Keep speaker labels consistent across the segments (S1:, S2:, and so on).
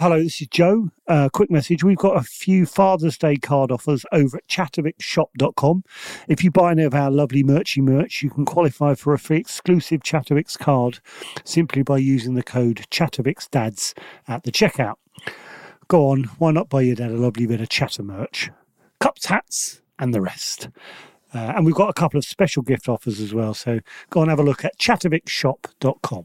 S1: Hello, this is Joe. Uh, quick message. We've got a few Father's Day card offers over at chattervickshop.com. If you buy any of our lovely merchy merch, you can qualify for a free exclusive Chattervix card simply by using the code ChattervixDads at the checkout. Go on, why not buy your dad a lovely bit of chatter merch? Cups, hats, and the rest. Uh, and we've got a couple of special gift offers as well, so go and have a look at chattervickshop.com.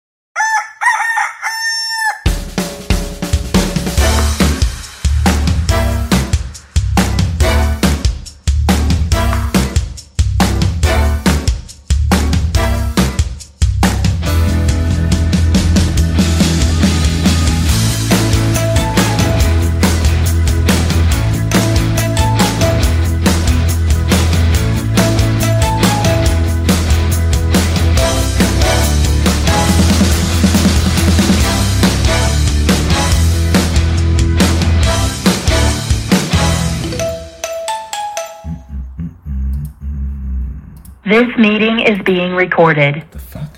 S2: This meeting is being recorded.
S3: The fuck?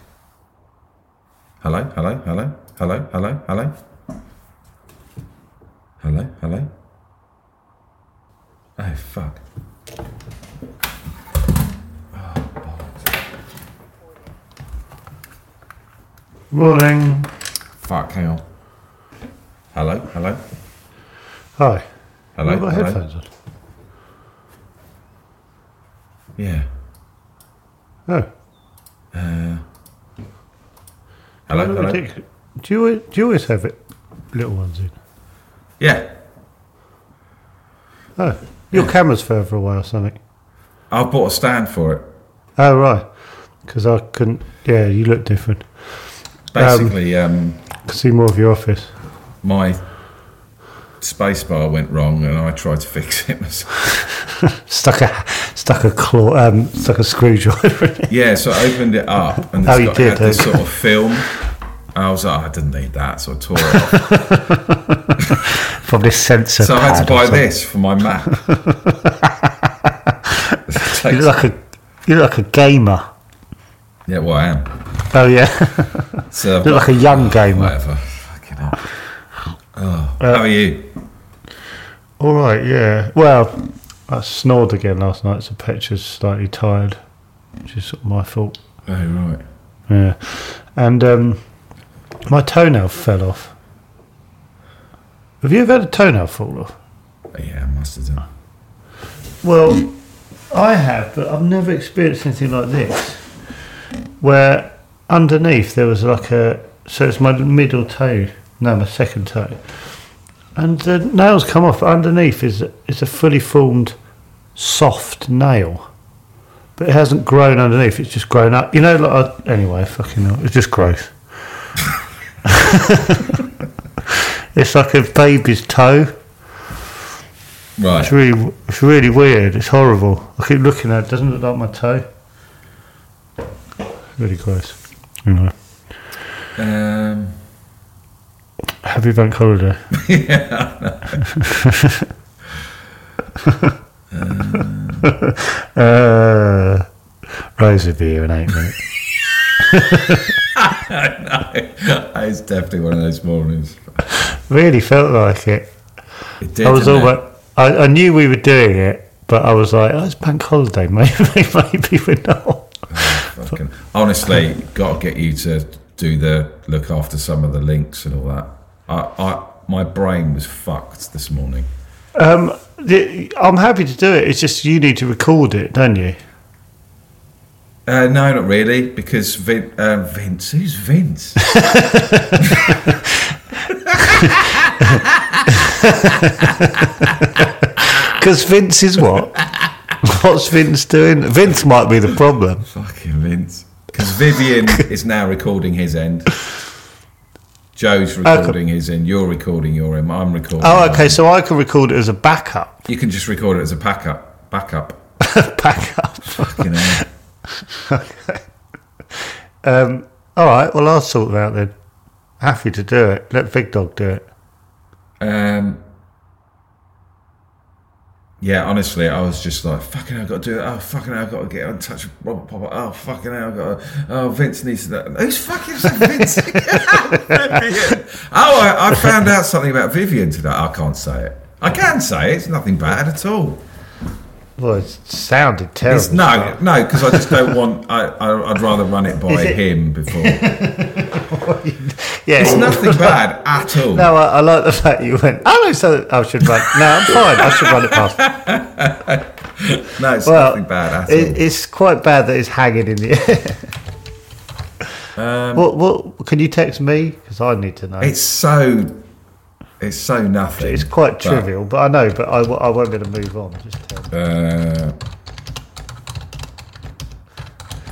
S3: Hello, hello, hello, hello, hello, hello. Hello, hello. Oh, fuck.
S4: Morning.
S3: Fuck, hang on. Hello, hello,
S4: Hi.
S3: hello.
S4: Have I got
S3: hello.
S4: headphones on?
S3: Yeah.
S4: Oh.
S3: Hello,
S4: Let me
S3: hello.
S4: take- Oh. Do you, do you always have it, little ones in?
S3: Yeah.
S4: Oh. Your camera's failed for a while, Sonic.
S3: I've bought a stand for it.
S4: Oh, right. Because I couldn't. Yeah, you look different.
S3: Basically, um,
S4: I can see more of your office.
S3: my space bar went wrong and I tried to fix it myself.
S4: Stuck a stuck a claw, um, stuck a screwdriver in it.
S3: Yeah, so I opened it up and
S4: Oh,
S3: it's
S4: you
S3: got,
S4: did,
S3: had this
S4: eh?
S3: sort of film. I was like, "Oh, I didn't need that, so I tore it off.
S4: From this sensor.
S3: so I had
S4: pad
S3: to
S4: or
S3: buy
S4: something.
S3: this for my Mac.
S4: You
S3: Takes-
S4: look like a, you look like a gamer.
S3: yeah, well, I am.
S4: Oh, yeah.
S3: So I've
S4: you look
S3: got-
S4: like a Uh, young gamer.
S3: whatever. Fucking hell. Oh, how are you?
S4: All right, yeah. Well, I snored again last night, so Petra's slightly tired, which is sort of my fault.
S3: Oh, right.
S4: Yeah. And um, my toenail fell off. Have you ever had a toenail fall off?
S3: Oh, yeah, I must have done.
S4: Well, I have, but I've never experienced anything like this. Where underneath there was like a. So it's my middle toe. No, my second toe. And the nails come off. Underneath is, is a fully formed, soft nail. But it hasn't grown underneath, it's just grown up. You know, like. I, anyway, fucking hell. It's just growth. it's like a baby's toe.
S3: Right.
S4: It's really, it's really weird. It's horrible. I keep looking at it. Doesn't look like my toe. Really gross. You know.
S3: Um,
S4: Happy bank holiday. uh, Rose will be here in eight minutes.
S3: it's definitely one of those mornings.
S4: really felt like it.
S3: It did.
S4: I was
S3: didn't it?
S4: almost. I, I knew we were doing it, but I was like, oh, "It's bank holiday. Maybe, maybe we're not."
S3: Fucking- honestly, got to get you to do the look after some of the links and all that. I, I, my brain was fucked this morning.
S4: Um, the, I'm happy to do it. It's just you need to record it, don't you?
S3: Uh, no, not really, because Vin, uh, Vince, who's Vince?
S4: Because Vince is what? What's Vince doing? Vince might be the problem.
S3: Fucking Vince. Because Vivian is now recording his end. Joe's recording his in, you're recording your in, I'm recording.
S4: Oh,
S3: mine.
S4: okay. So I can record it as a backup.
S3: You can just record it as a backup. Backup.
S4: backup.
S3: You know.
S4: Um, all right. Well, I'll sort that out then. Happy to do it. Let Big Dog do it.
S3: Um, yeah, honestly, I was just like, fucking hell, I've got to do that. Oh, fucking hell, I've got to get in touch with Robert Popper. Oh, fucking hell, I've got to. Oh, Vince needs to. That. Who's fucking said Vince? Vivian. Oh, I, I found out something about Vivian today. I can't say it. I can say it. It's nothing bad at all.
S4: Well, it sounded terrible.
S3: It's, no, no, because I just don't want. I, I, I'd rather run it by
S4: Is it-
S3: him before. It's
S4: yeah, it-
S3: nothing bad at all.
S4: No, I, I like the fact you went. I know something. I should run. No, I'm fine. I should run it past.
S3: No, it's
S4: Well,
S3: nothing bad at all.
S4: It, it's quite bad that it's hanging in the air. what? What? Can you text me? Because I need to know.
S3: Um, It's so. It's so nothing.
S4: It's quite
S3: but-
S4: trivial, but I know. But I, w- I won't be able to move on. Just tell me.
S3: Uh,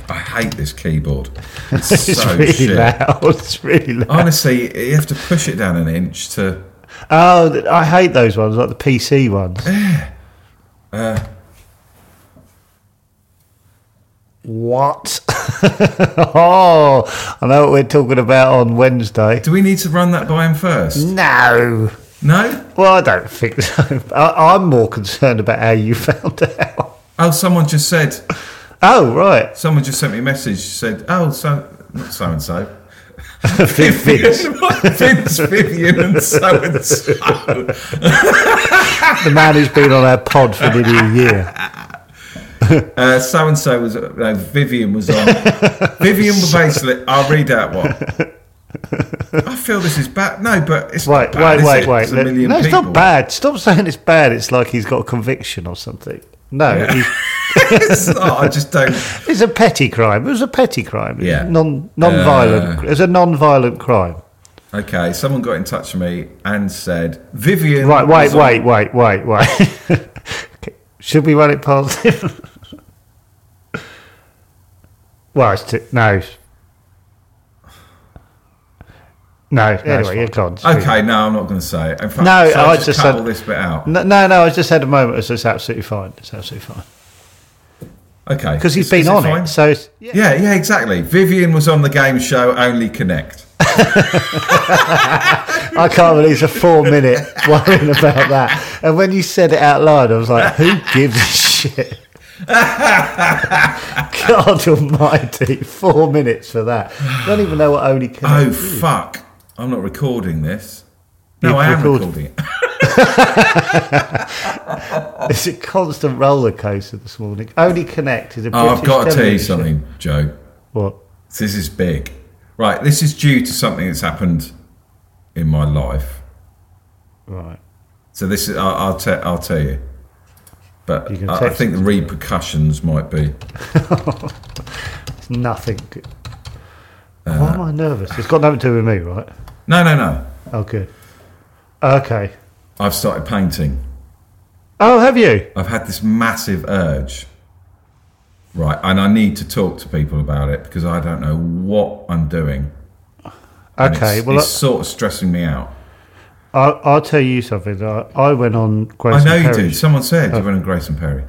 S3: I hate this keyboard. It's so
S4: It's really
S3: shit.
S4: loud. It's really loud.
S3: Honestly, you have to push it down an inch to.
S4: Oh, th- I hate those ones, like the PC ones.
S3: Uh.
S4: what? oh, I know what we're talking about on Wednesday.
S3: Do we need to run that by him first?
S4: No.
S3: No.
S4: Well, I don't think so. I, I'm more concerned about how you found out.
S3: Oh, someone just said.
S4: Oh, right.
S3: Someone just sent me a message. Said, "Oh, so not so and so."
S4: Vince,
S3: Vince, Vivian, and so and so.
S4: the man who's been on our pod for nearly a year.
S3: Uh, so and so was no, Vivian was on. Vivian was basically. I'll read out what. I feel this is bad. No, but it's
S4: Wait,
S3: not bad,
S4: wait,
S3: is it?
S4: wait, wait.
S3: It's a
S4: Let-
S3: million
S4: no, it's
S3: people.
S4: not bad. Stop saying it's bad. It's like he's got a conviction or something. No, he's-
S3: it's not. I just don't.
S4: it's a petty crime. It was a petty crime. It was
S3: Yeah. Uh.
S4: Non non-violent. it's a non-violent crime.
S3: Okay, someone got in touch with me and said Vivian.
S4: Right. Wait.
S3: was on-
S4: Wait. Wait. Wait. Wait. Okay, Should we run it past him? well, it's too, no. No. anyway, you can't.
S3: Okay, no, I'm not going to say it. In fact,
S4: No,
S3: shall
S4: I
S3: I just,
S4: just
S3: cut
S4: said-
S3: all this bit out.
S4: No, no, no. I just had a moment. So it's absolutely fine. It's absolutely fine
S3: Okay,
S4: because he's
S3: Is-
S4: been
S3: is
S4: on
S3: fine?
S4: it. So it's, yeah.
S3: yeah, yeah, exactly. Vivian was on the game show Only Connect.
S4: I can't believe it's a four-minute worrying about that. And when you said it out loud, I was like, "Who gives a shit?" God Almighty! Four minutes for that. I don't even know what only.
S3: Oh
S4: Connect is.
S3: fuck! I'm not recording this. No,
S4: You've
S3: I am
S4: recorded-
S3: recording it. Oh.
S4: It's a constant roller coaster this morning. Only Connect is a
S3: Oh,
S4: British
S3: I've got to tell you
S4: television-
S3: something, Joe.
S4: What?
S3: This is big. Right, this is due to something that's happened in my life.
S4: Right.
S3: So this is I'll, I'll tell I'll tell you, but
S4: You can
S3: I, I
S4: text
S3: think the repercussions might be.
S4: It's nothing. good.
S3: Uh.
S4: Why am I nervous? It's got nothing to do with me, right?
S3: No, no, no.
S4: Oh, good. Okay.
S3: I've started painting.
S4: Oh, have you?
S3: I've had this massive urge. Right, and I need to talk to people about it because I don't know what I'm doing. And
S4: Okay.
S3: it's,
S4: well, uh,
S3: it's sort of stressing me out.
S4: I, I'll, I'll tell you something. I, I went on Grace.
S3: I know
S4: and
S3: you
S4: Perry. Oh.
S3: did. Someone said you went on Grace and Perry.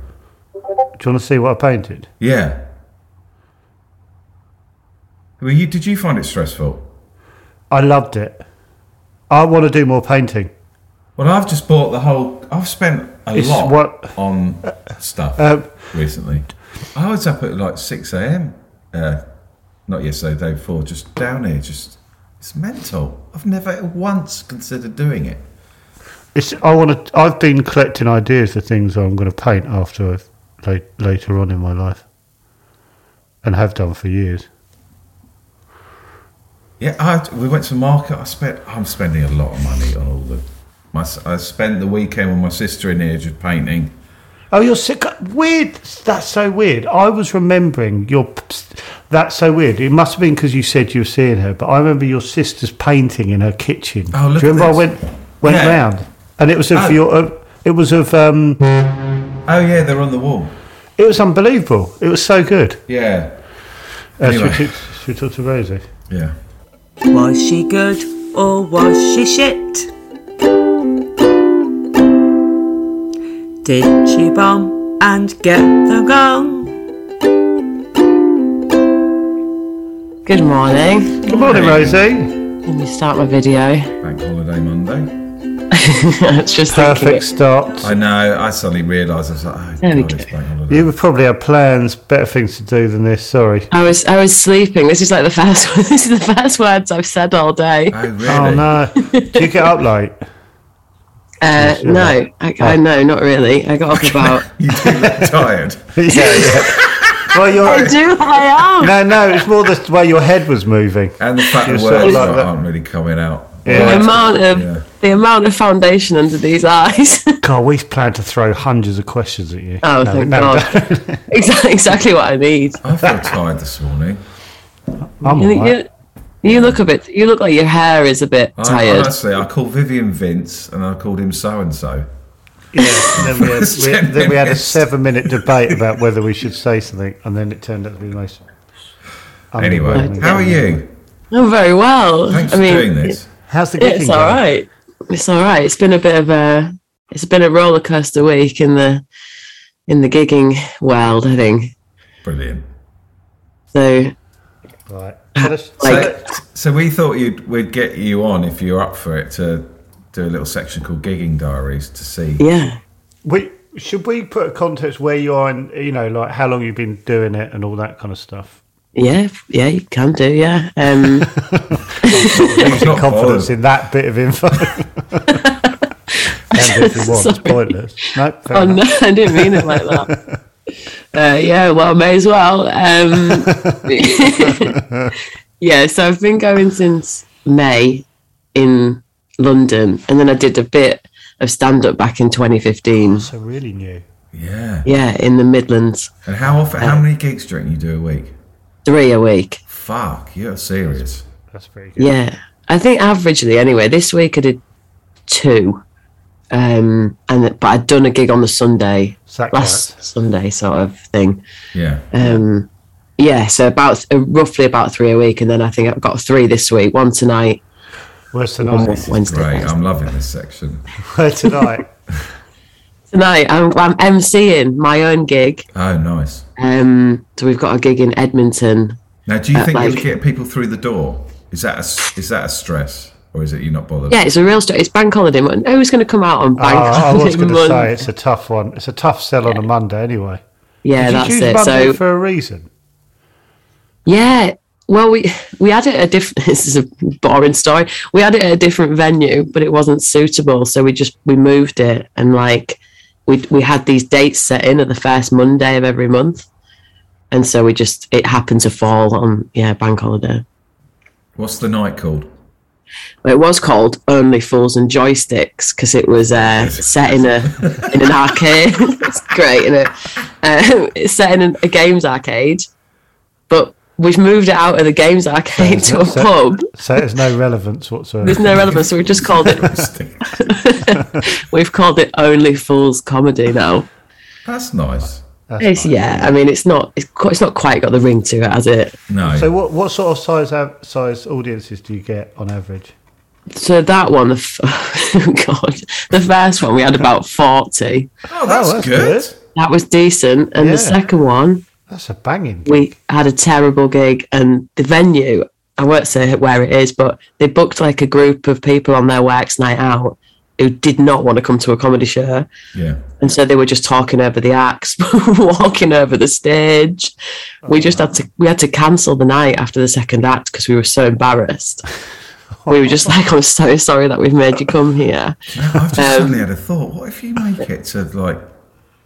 S4: Do you want to see what I painted?
S3: Yeah. Were you? Did you find it stressful?
S4: I loved it. I want to do more painting.
S3: Well, I've just bought the whole. I've spent a
S4: It's
S3: lot
S4: what-
S3: on stuff
S4: Um,
S3: recently. I was up at like six a.m. Uh, not yesterday, the day before. Just down here. Just it's mental. I've never once considered doing it.
S4: It's, I want to. I've been collecting ideas for things I'm going to paint after I've, late, later on in my life, and have done for years.
S3: Yeah, I, we went to market. I spent. I'm spending a lot of money on all the. My, s- I spent the weekend with my sister in here just painting.
S4: Oh, you're sick. Weird. That's so weird. I was remembering your. That's so weird. It must have been because you said you were seeing her, but I remember your sister's painting in her kitchen.
S3: Oh, look
S4: Do you
S3: at
S4: remember I
S3: this.
S4: went went
S3: Yeah.
S4: round, and it was of
S3: Oh.
S4: your. Uh, it was of. Um,
S3: Oh yeah, they're on the wall.
S4: it was unbelievable. It was so good.
S3: Yeah,
S4: Uh, should
S3: Anyway.
S4: we- should we talk to Rosie?
S3: yeah.
S5: Was she good? or was she shit? Did she bomb and get the gong?
S6: Good morning.
S4: Good morning, Rosie.
S6: Let me start my video.
S3: Bank holiday Monday.
S6: it's just thinking
S4: Perfect
S6: it-
S4: start.
S3: I know. I suddenly realised. I was like, oh,
S6: There we
S3: God,
S6: go.
S3: it's bank holiday.
S4: You would probably have plans, better things to do than this. Sorry.
S6: I was I was sleeping. This is like the first this is the first words I've said all day.
S3: Oh, really?
S4: Oh no! Do you get up late?
S6: Uh, no, I, I no, not really. I got up about.
S3: You do look tired.
S4: yeah, yeah. Well, you're
S6: Do I am?
S4: no, no. It's more the way your head was moving.
S3: And the fact
S4: You're
S3: the
S4: sort of
S3: words
S4: like that.
S3: aren't really coming out.
S6: The
S4: Yeah.
S6: amount of
S3: Yeah.
S6: the amount of foundation under these eyes.
S4: God, we planned to throw hundreds of questions at you.
S6: Oh, thank God. exactly, exactly what I need.
S3: I feel tired this morning.
S4: I'm
S6: You,
S4: all right.
S6: you, you look a bit. You look like your hair is a bit
S3: I,
S6: tired.
S3: Honestly, I called Vivian Vince and I called him so and so.
S4: Yeah, and then we had, we, then we had a seven-minute debate about whether we should say something, and then it turned out to be the most.
S3: Anyway,
S4: unbelievable.
S3: how are you?
S6: Oh, very well.
S3: Thanks
S6: I mean,
S3: for doing this.
S4: How's the gigging
S6: It's
S4: going?
S6: all right. It's all right. It's been a bit of a. It's been a roller coaster week in the in the gigging world. I think
S3: Brilliant.
S6: so.
S4: Right. Well, let's-
S6: Like-
S3: So, so we thought you'd, we'd get you on if you're up for it to do a little section called Gigging Diaries to see.
S6: Yeah.
S4: we should we put a context where you are, and you know, like how long you've been doing it and all that kind of stuff.
S6: Yeah, yeah, you can do, yeah. Um,
S3: He's not
S4: confidence
S3: bothered.
S4: in that bit of info. and if you want, it's
S6: Sorry.
S4: pointless. No, fair
S6: oh
S4: enough.
S6: no, I didn't mean it like that. Uh, yeah, well, may as well. Um, yeah, so I've been going since May in London, and then I did a bit of stand up back in 2015.
S4: So really new.
S3: Yeah.
S6: Yeah, in the Midlands,
S3: And how often? How many gigs do you reckon you do a week?
S6: three a week.
S3: Fuck, you're serious.
S4: That's pretty good.
S6: Yeah, I think averagely anyway. This week I did two, um, and but I'd done a gig on the Sunday,
S4: Sack
S6: last Sunday sort of thing.
S3: Yeah.
S6: um yeah so about uh, roughly about three a week and then i think i've got three this week one tonight
S4: Worse than
S6: one
S4: I.
S6: wednesday
S3: Great.
S4: um,
S6: Thursday.
S3: I'm loving this section.
S4: Where tonight?
S6: tonight I'm, I'm mc'ing my own gig
S3: Oh, nice.
S6: um so we've got a gig in edmonton
S3: Now, do you
S6: Uh,
S3: think
S6: like-
S3: you'll get people through the door? Is that a, s- is that a stress? Or is it you're not bothered?
S6: yeah it's a real story it's bank holiday month who's going to come out on
S4: Oh,
S6: bank
S4: I was
S6: holiday
S4: going to
S6: month
S4: say it's a tough one. It's a tough sell on a Monday anyway.
S6: yeah
S4: Did you
S6: that's
S4: choose
S6: it
S4: Monday
S6: so
S4: for a reason.
S6: yeah well we we had it at a different this is a boring story we had it at a different venue but it wasn't suitable so we just we moved it and like we we had these dates set in at the first monday of every month and so we just it happened to fall on yeah bank holiday
S3: What's the night called?
S6: it was called only fools and joysticks because it was uh, set in a in an arcade it's great isn't it um, it's set in an- a games arcade but we've moved it out of the games arcade
S4: Is
S6: to a
S4: that- so-
S6: pub
S4: So there's no relevance whatsoever.
S6: There's no relevance, so we've just called it. We've called it Only Fools Comedy now.
S3: That's nice.
S4: That's
S6: It's, yeah, I mean, it's not. It's, qu- it's not quite got the ring to it, has it?
S3: No. Oh,
S4: So what what sort of size av- size audiences do you get on average?
S6: So that one, the f- oh god, the first one we had about forty.
S3: oh, that's,
S4: that's
S3: good.
S4: good.
S6: That was decent, and
S4: Yeah.
S6: the second one
S4: That's a banging.
S6: we had a terrible gig, and the venue. I won't say where it is, but they booked like a group of people on their works night out who did not want to come to a comedy show.
S3: Yeah.
S6: And so they were just talking over the acts, walking over the stage. we just had to we had to cancel the night after the second act because we were so embarrassed. we were just like, I'm so sorry that we've made you come here.
S3: I've just
S4: Um,
S3: suddenly had a thought. What if you make it to like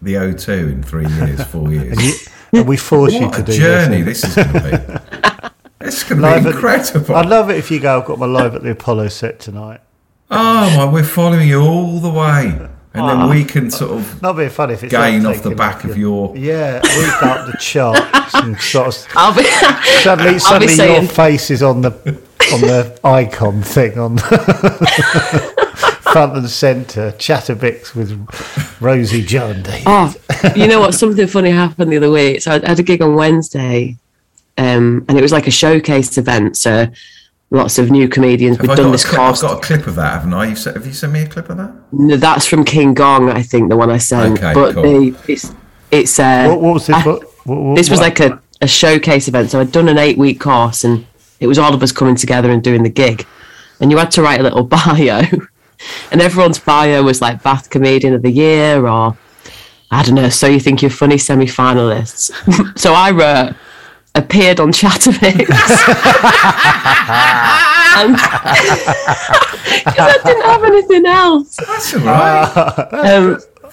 S3: the O2 in three years, four years?
S4: and we force you
S3: what
S4: to
S3: a
S4: do
S3: journey
S4: this.
S3: this is going to be. It's going to
S4: Live
S3: be
S4: at-
S3: incredible.
S4: I'd love it if you go. I've got my live at the Apollo set tonight.
S3: oh, my, we're following you all the way. And then
S4: Ah.
S3: we can sort of
S4: That'd be funny if it's
S3: gain
S4: not
S3: off the
S4: taken.
S3: back of your.
S4: Yeah, we got the charts and sort of
S6: I'll be
S4: suddenly, suddenly your
S6: saying-
S4: face is on the on the icon thing on front and centre. Chatterbix with Rosie Jarndy.
S6: Oh, you know what? Something funny happened the other week. So I had a gig on Wednesday, um, and it was like a showcase event. So lots of new comedians. We've
S3: I've
S6: done
S3: got,
S6: this
S3: a clip, I've
S6: course.
S3: got a clip of that, haven't I? You've, se- have you sent me a clip of that?
S6: No, That's from King Gong, I think, the one I sent.
S3: Okay,
S6: but
S3: cool.
S6: the, it's it's uh,
S4: What, what was this?
S6: I-
S4: What, what, what-
S6: this was
S4: what-
S6: like a, a showcase event. So I'd done an eight week course and it was all of us coming together and doing the gig. And you had to write a little bio. and everyone's bio was like Bath Comedian of the Year or I don't know, so you think you're funny semi finalists. so I wrote appeared on Chattermix. Because I didn't have anything else.
S3: That's
S4: Ah.
S3: all right.
S6: Um,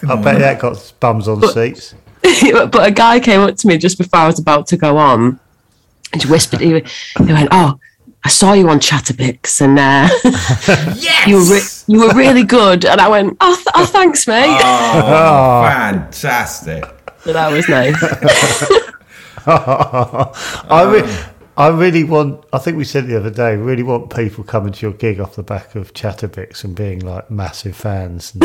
S4: I bet that got bums on seats.
S6: but a guy came up to me just before I was about to go on and he whispered, he, he went, Oh, I saw you on Chatterbix and uh, you, were re- you were really good. And I went, Oh, th- oh thanks, mate.
S4: Ah.
S3: Fantastic.
S6: So that was nice.
S4: I, re- I really want. I think we said the other day. Really want people coming to your gig off the back of Chatterbix and being like massive fans and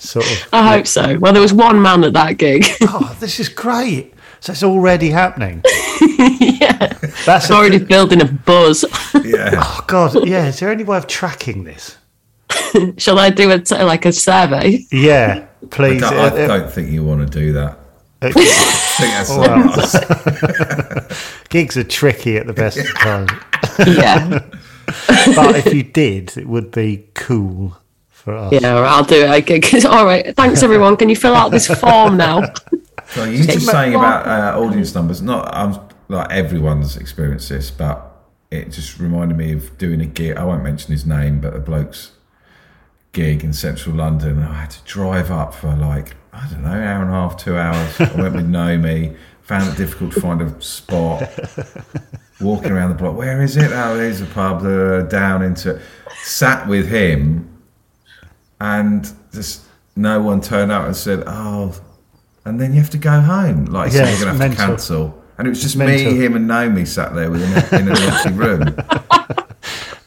S4: sort of.
S6: I hope so. Well, there was one man at that gig.
S4: Oh, this is great! So it's already happening.
S6: yeah.
S4: That's
S6: It's already building a buzz.
S3: Yeah.
S4: Oh God, yeah. Is there any way of tracking this?
S6: Shall I do a t- like a survey?
S4: Yeah,
S3: I
S4: please.
S3: don't,
S4: Uh,
S3: I
S4: uh,
S3: don't think you want to do that.
S4: uh,
S3: I think that's
S4: gigs are tricky at the best of times,
S6: Yeah.
S4: but if you did, it would be cool for us.
S6: Yeah, all right, I'll do it. I gig. all right. Thanks, everyone. Can you fill out this form now?
S3: So you just
S6: make
S3: saying
S6: one.
S3: about uh, audience numbers. Not um, like everyone's experienced this, but it just reminded me of doing a gig. I won't mention his name, but a bloke's gig in central London. I had to drive up for like I don't know, an hour and a half, two hours. I went with Nomi. Found it difficult to find a spot. Walking around the block, where is it? Oh, there's a pub. Uh, down into it. Sat with him and just no one turned up and said, "Oh," and then you have to go home. Like,
S4: Yeah,
S3: so you're
S4: it's
S3: going to have
S4: mental.
S3: to cancel. And it was just
S4: mental.
S3: me, him, and Naomi sat there within a, in an empty room.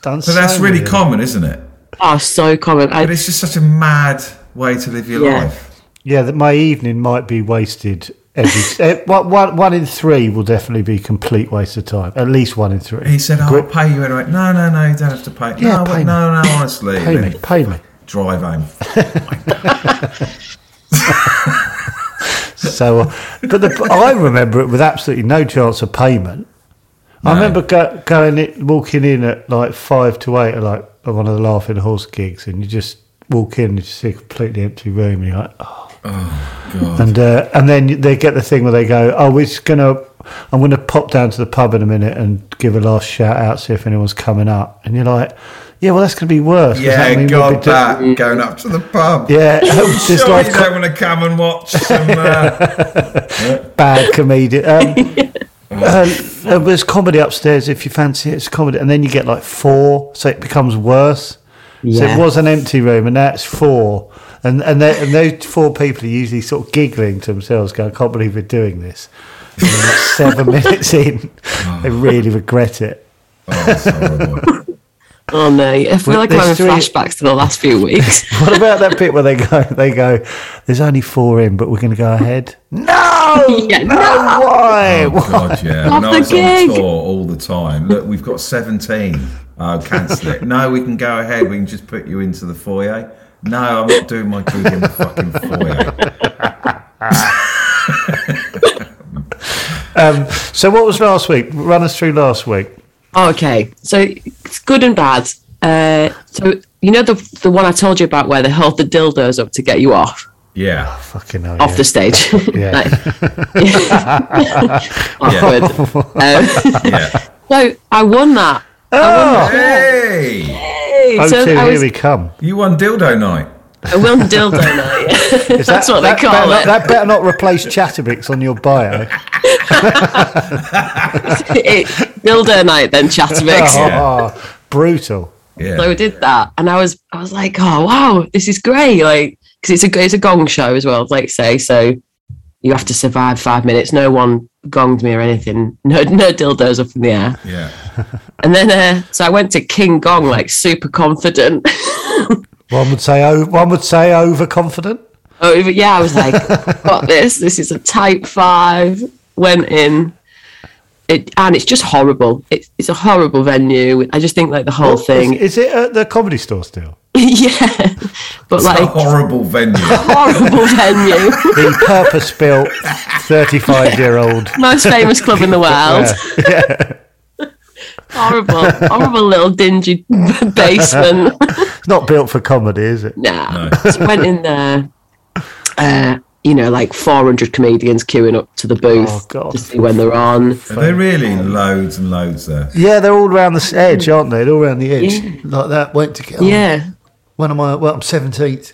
S4: Done
S3: But that's
S4: so
S3: really
S4: many.
S3: common, isn't it?
S6: Oh, so common. I,
S3: But it's just such a mad way to live your
S6: Yeah.
S3: life.
S4: Yeah, that my evening might be wasted. Every eh, one, one, one in three will definitely be complete waste of time. At least one in three.
S3: He said, oh, "I'll
S4: Gri-
S3: pay you anyway." No, no, no, you don't have to pay.
S4: Yeah,
S3: no,
S4: pay
S3: wait,
S4: me.
S3: no, no, honestly,
S4: "Pay
S3: Then
S4: me, pay me."
S3: drive home.
S4: So, uh, but the, I remember it with absolutely no chance of payment. I remember go, going in, walking in at like five to eight, at like at one of the Laughing Horse gigs, and you just walk in and you see a completely empty room, and you're like, oh. And uh, and then they get the thing where they go, oh, we're just gonna, I'm gonna pop down to the pub in a minute and give a last shout out, see if anyone's coming up, and you're like, yeah, well, that's gonna be worse. 'cause that
S3: Yeah,
S4: mean we'll be
S3: God,
S4: do-
S3: that going up to the pub.
S4: Yeah, just
S3: Sure,
S4: like
S3: you don't want to come and watch some. Uh,
S4: bad comedian. Um, uh, uh, there's comedy upstairs if you fancy it, it's comedy, and then you get like four, so it becomes worse. So
S6: Yeah.
S4: it was an empty room, and that's four, and and, they, and those four people are usually sort of giggling to themselves, going, "I can't believe we're doing this." And then like seven minutes in, they really regret it.
S3: oh, that's horrible.
S6: Oh no, I feel
S4: Well,
S6: like I'm having
S4: there's three-
S6: flashbacks to the last few weeks.
S4: What about that bit where they go? They go, "There's only four in, but we're going to go ahead." No,
S6: Yeah,
S4: no, why?
S3: Oh God, yeah.
S6: Off
S3: When I
S6: the
S3: was
S6: gig.
S3: on tour all the time. Look, we've got 17. Oh, cancel it. No, we can go ahead. We can just put you into the foyer. No, I'm not doing my gig in the fucking foyer.
S4: Um, so what was last week? Run us through last week.
S6: okay, so it's good and bad. Uh, so you know the the one I told you about where they hold the dildos up to get you off
S3: Yeah.
S4: Fucking hell.
S6: off the stage.
S4: Yeah.
S6: Like- Awkward. Um,
S3: Yeah.
S6: so I won that.
S3: Hey!
S6: Hey,
S4: Oh,
S6: so
S4: two,
S6: I
S4: here
S6: was
S4: we come.
S3: You won dildo night.
S6: I won dildo night.
S4: Is
S6: That's
S4: that-
S6: what they
S4: that
S6: call
S4: better
S6: it.
S4: Not, that better not replace Chatterbix on your bio.
S6: It- dildo night then Chattermix.
S4: Oh, brutal.
S3: Yeah.
S6: So I did that, and I was I was like, oh wow, this is great, like because it's a it's a gong show as well, like say so. You have to survive five minutes. No one gonged me or anything. No, no dildos up in the air.
S3: yeah.
S6: And then, uh, so I went to King Gong like super confident.
S4: One would say o- one would say overconfident.
S6: oh but yeah, I was like, got this. This is a type five. Went in. it, and it's just horrible. It's it's a horrible venue. I just think like the whole thing.
S4: Is, is it at the comedy store still?
S6: yeah, but
S3: It's a
S6: like
S3: horrible venue.
S6: horrible venue.
S4: The purpose built 35 year old.
S6: Most famous club in the world. horrible, horrible little dingy basement.
S4: It's not built for comedy, is it?
S6: Nah. So went in there, uh, you know, like 400 comedians queuing up to the booth
S4: Oh, God.
S6: to see when they're on.
S3: Are there really loads and loads there?
S4: Yeah, they're all around the edge, aren't they? They're all around the edge.
S7: Like that, went to get on.
S6: Yeah.
S7: When am I? Well, I'm 17th.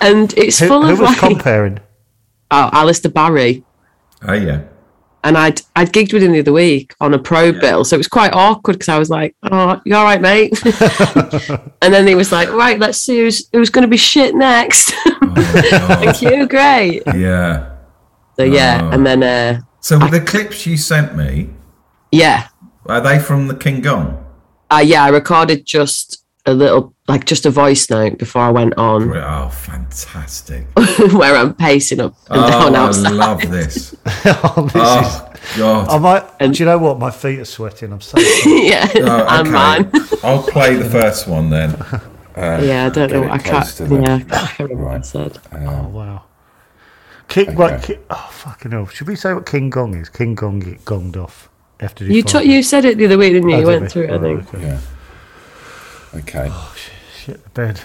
S6: And it's
S4: Who,
S6: full
S4: who
S6: of
S4: was
S6: like,
S4: comparing?
S6: oh, Alistair Barry.
S3: Oh yeah.
S6: and I'd I'd gigged with him the other week on a pro bill, so it was quite awkward because I was like, "Oh, you all right, mate?" and then he was like, "Right, let's see who's who's going to be shit next." Thank you, great.
S3: Yeah.
S6: So yeah,
S3: Oh.
S6: and then uh,
S3: So the clips you sent me
S6: yeah,
S3: are they from the King Kong?
S6: uh, yeah, I recorded just a little, like just a voice note before I went on,
S3: Oh, fantastic!
S6: where I'm pacing up and
S3: Oh,
S6: down
S3: I
S6: outside.
S3: love this.
S4: Oh, this
S6: Ah.
S4: is-
S3: Oh God.
S4: I might. Do you know what? My feet are sweating. I'm so. sorry.
S6: yeah,
S3: Oh,
S6: I'm mine.
S3: I'll play the first one then.
S6: Yeah, I don't know.
S3: Get it
S6: what I
S3: close
S6: can't.
S3: to the-
S6: Yeah, I can't remember what I said.
S3: Um,
S4: oh, wow. King, like, ki- oh fucking hell! Should we say what King Gong is? King Gong get gonged off after
S6: You took. You said it the other week, didn't
S3: Oh,
S6: you?
S4: I
S6: you went through it, I think.
S8: Okay.
S4: Shit the bed.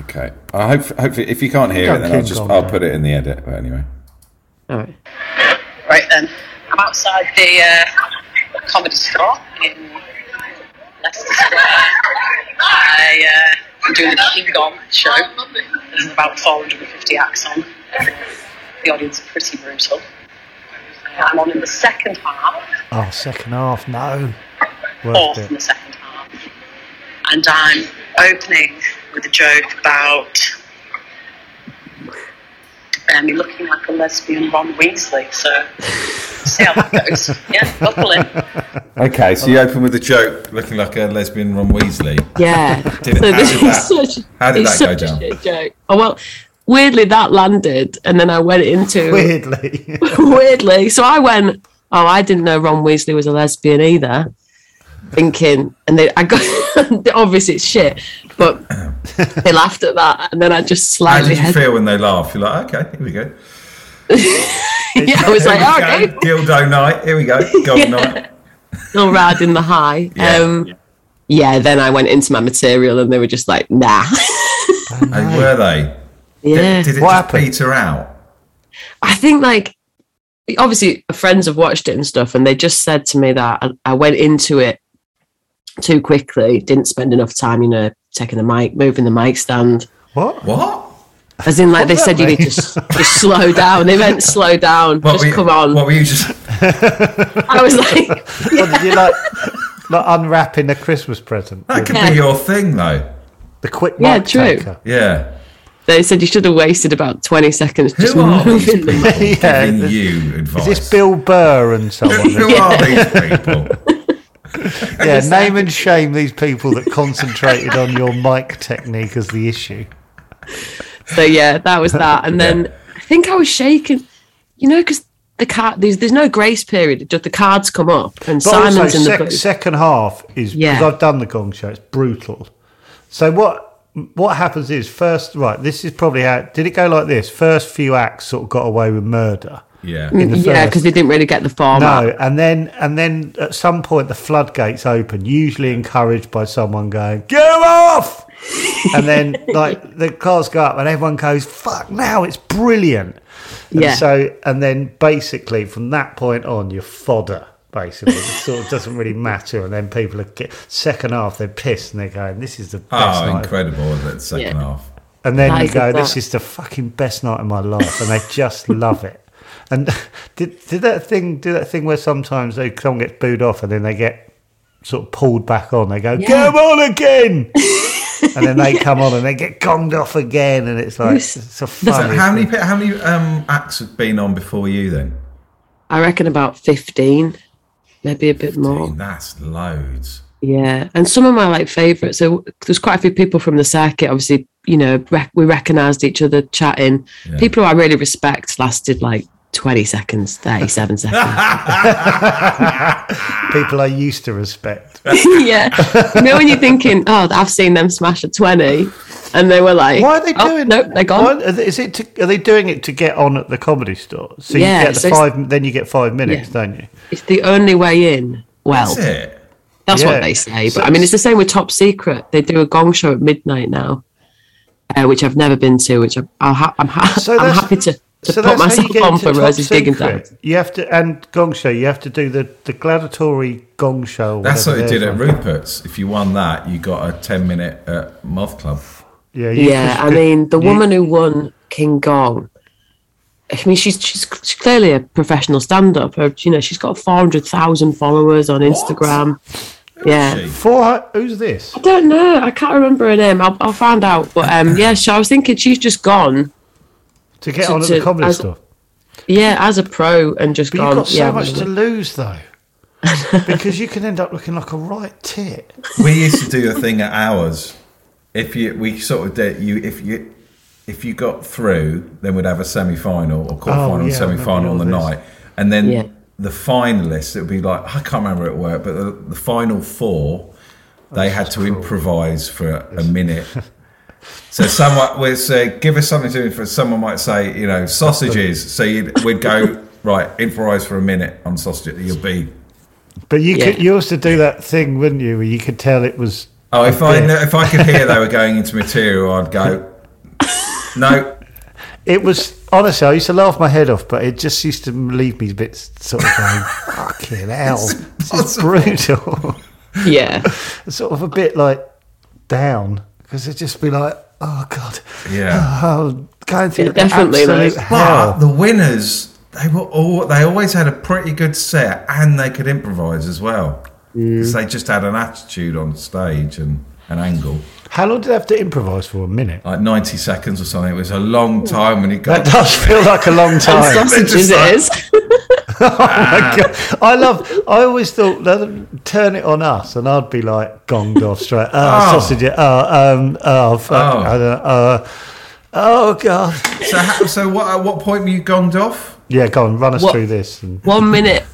S8: Okay. I hope hopefully if you can't hear it,
S4: Don't
S8: then I'll
S4: keep
S8: just
S4: going,
S8: I'll
S4: mate.
S8: put it in the edit. But anyway.
S6: All right.
S9: Right then, I'm outside the uh, comedy store in Leicester Square. I, uh, I'm doing the King Kong show. There's about 450 acts on. The audience are pretty brutal. I'm on in the second half,
S4: Oh, second half. No.
S10: Oh.
S4: Worth
S9: fourth in
S4: it.
S9: the second half, and I'm opening with a joke about um, me looking like a lesbian Ron Weasley. So see how that goes. Yeah, buckle in.
S3: Okay, so you open with a joke, looking like a lesbian Ron Weasley.
S6: Yeah.
S3: Did it- how
S6: so
S3: did
S6: this
S3: that-
S6: is such,
S3: how did that
S6: it's
S3: go
S6: such
S3: down?
S6: A shit joke. Oh, well, weirdly that landed, and then I went into
S4: Weirdly.
S6: weirdly. So I went. Oh, I didn't know Ron Weasley was a lesbian either. Thinking, and they, I got obviously it's shit, but they laughed at that, and then I just
S3: How
S6: slightly.
S3: did you
S6: Head-
S3: feel when they laugh? You're like, okay, here we go.
S6: yeah, I was like, oh,
S3: Here we
S6: okay,
S3: go. Dildo night. Here we go. Gold night.
S6: still riding the high.
S3: Yeah.
S6: Um, yeah. Then I went into my material, and they were just like, nah.
S3: Hey, were they?
S6: yeah.
S3: Did, did it just
S4: What happened?
S3: peter out?
S6: I think like obviously friends have watched it and stuff, and they just said to me that I, I went into it too quickly, didn't spend enough time, you know, taking the mic, moving the mic stand.
S4: what?
S3: What?
S6: As in, like they said, you
S4: that
S6: need to s- just slow down. They meant slow down.
S3: What
S6: just
S3: were you,
S6: come on.
S3: What were you just?
S6: I was like,
S4: What did you like? Like unwrapping a Christmas present.
S3: That
S4: with
S3: could be your thing, though.
S4: The quick
S6: Yeah,
S4: mic
S6: true.
S4: taker.
S3: Yeah.
S6: they said you should have wasted about twenty seconds just
S3: Who are these
S6: moving.
S3: people
S6: the-
S4: Yeah,
S3: giving
S4: this-
S3: you advice?
S4: Is this Bill Burr and someone?
S3: Who are these people?
S4: yeah, name and shame these people that concentrated on your mic technique as the issue.
S6: So yeah, that was that. And then I think I was shaking, you know, because the card there's, there's no grace period. Just the cards come up, and
S4: But
S6: Simon's
S4: also,
S6: in the
S4: sec-
S6: booth.
S4: second half is
S6: Yeah.
S4: because I've done the gong show. It's brutal. So what what happens is first right. This is probably how did it go like this? First few acts sort of got away with murder.
S3: Yeah.
S4: the
S6: Yeah,
S4: first.
S6: because they didn't really get the format.
S4: No, and then and then at some point the floodgates open, usually encouraged by someone going, "Go off!" and then like the cars go up, and everyone goes, "Fuck! Now it's brilliant." And
S6: Yeah.
S4: So and then basically from that point on, you're fodder. Basically, it sort of doesn't really matter. And then people are get, second half, they're pissed and they're going, "This is the best
S3: Oh,
S4: night."
S3: incredible! That second
S6: Yeah.
S3: half.
S4: And then
S6: That
S4: you
S6: is
S4: go,
S6: exact-
S4: "This is the fucking best night of my life," and they just love it. And did did that thing do that thing where sometimes they someone gets booed off and then they get sort of pulled back on. They go, "Come on again," and then they come on and they get gonged off again, and it's like
S6: Yes.
S4: it's
S3: So
S4: a funny.
S3: how many
S4: thing.
S3: pe- how many um, acts have been on before you then?
S6: I reckon about fifteen, maybe a bit more.
S3: That's loads.
S6: Yeah, and some of my like favourites. So there's quite a few people from the circuit. Obviously, you know, rec- we recognised each other chatting. People who I really respect lasted like 20 seconds, 37 seconds.
S4: People I used to respect.
S6: yeah. You know, when you're thinking, oh, I've seen them smash at 20, and they were like,
S4: Why are they
S6: "Oh,
S4: doing?
S6: Nope, they're gone.
S4: Why- are they- is it? To, are they doing it to get on at the comedy store? So
S6: Yeah,
S4: you get the
S6: so it's-
S4: five. Then you get five minutes,
S6: Yeah.
S4: don't you?
S6: It's the only way in. Well,
S3: That's it.
S6: That's
S4: Yeah.
S6: what they say. But I mean, it's the same with Top Secret. They do a gong show at midnight now, uh, which I've never been to. Which I'm, I'll ha- I'm, ha-
S4: So
S6: I'm
S4: that's-
S6: happy to, to
S4: so
S6: put
S4: that's how you
S6: myself
S4: get
S6: on
S4: into
S6: for
S4: Top
S6: Rose's Digging
S4: Secret.
S6: Dance.
S4: You have to and gong show. You have to do the the gladiatory gong show. or
S3: That's what
S4: whatever
S3: they did
S4: theirs
S3: at
S4: was.
S3: Rupert's. If you won that, you got a 10 minute uh, Moth Club.
S4: Yeah, you
S6: Yeah,
S4: just
S6: I
S4: could-
S6: mean, the
S4: you-
S6: woman who won King Gong. I mean, she's she's, she's clearly a professional stand-up. Her, you know, she's got four hundred thousand followers on Instagram. yeah,
S3: She-
S4: For who's this?
S6: I don't know. I can't remember her name. I'll, I'll find out. But um, yeah, so I was thinking she's just gone.
S4: To get
S6: to-
S4: on at
S6: to-
S4: the comedy
S6: as-
S4: store.
S6: Yeah, as a pro and just
S4: But
S6: gone.
S4: you've got so
S6: yeah,
S4: much to
S6: well,
S4: lose, though. because you can end up looking like a right tit.
S3: we used to do a thing at hours. If you, we sort of did you if you if you got through, then we'd have a semi final or quarter final, and
S4: Oh, yeah, I
S3: semi
S4: remember
S3: final on the
S4: all this.
S3: night, and then
S6: Yeah.
S3: the finalists. It would be like I can't remember it worked, but the, the final four,
S4: Oh,
S3: they had to improvise for a minute. So someone would say, "Give us something to." do." For someone might say, "You know, sausages." So you'd, we'd go right improvise for a minute on sausages. You'll be
S4: But you could
S6: Yeah.
S4: you also do that thing, wouldn't you, where you could tell it was.
S3: Oh, if I kn- if I could hear they were going into material, I'd go. No,
S4: It was honestly, I used to laugh my head off, but it just used to leave me a bit sort of going, "Fucking hell, this is brutal."
S6: yeah.
S4: sort of a bit like down because it'd just be like, "Oh God,
S3: yeah.
S4: oh, going through
S6: Yeah, definitely,
S4: absolute
S6: like-
S4: hell."
S3: But the winners, they were all they always had a pretty good set, and they could improvise as well
S4: Mm.
S3: because they just had an attitude on stage and an angle.
S4: How long did I have to improvise for? A minute.
S3: Like ninety seconds or something. It was a long time when it
S4: That
S3: got.
S4: does feel like a long time.
S6: sausages it is.
S4: my God. I love. I always thought let them turn it on us, and I'd be like gonged off straight. Oh,
S3: Oh.
S4: sausage. yeah. Oh, um, oh, fuck.
S3: Oh.
S4: I don't know. Uh, oh God.
S3: So, ha- so what? At what point were you gonged off?
S4: Yeah, go on. Run us
S6: What-
S4: through this. And
S6: One minute,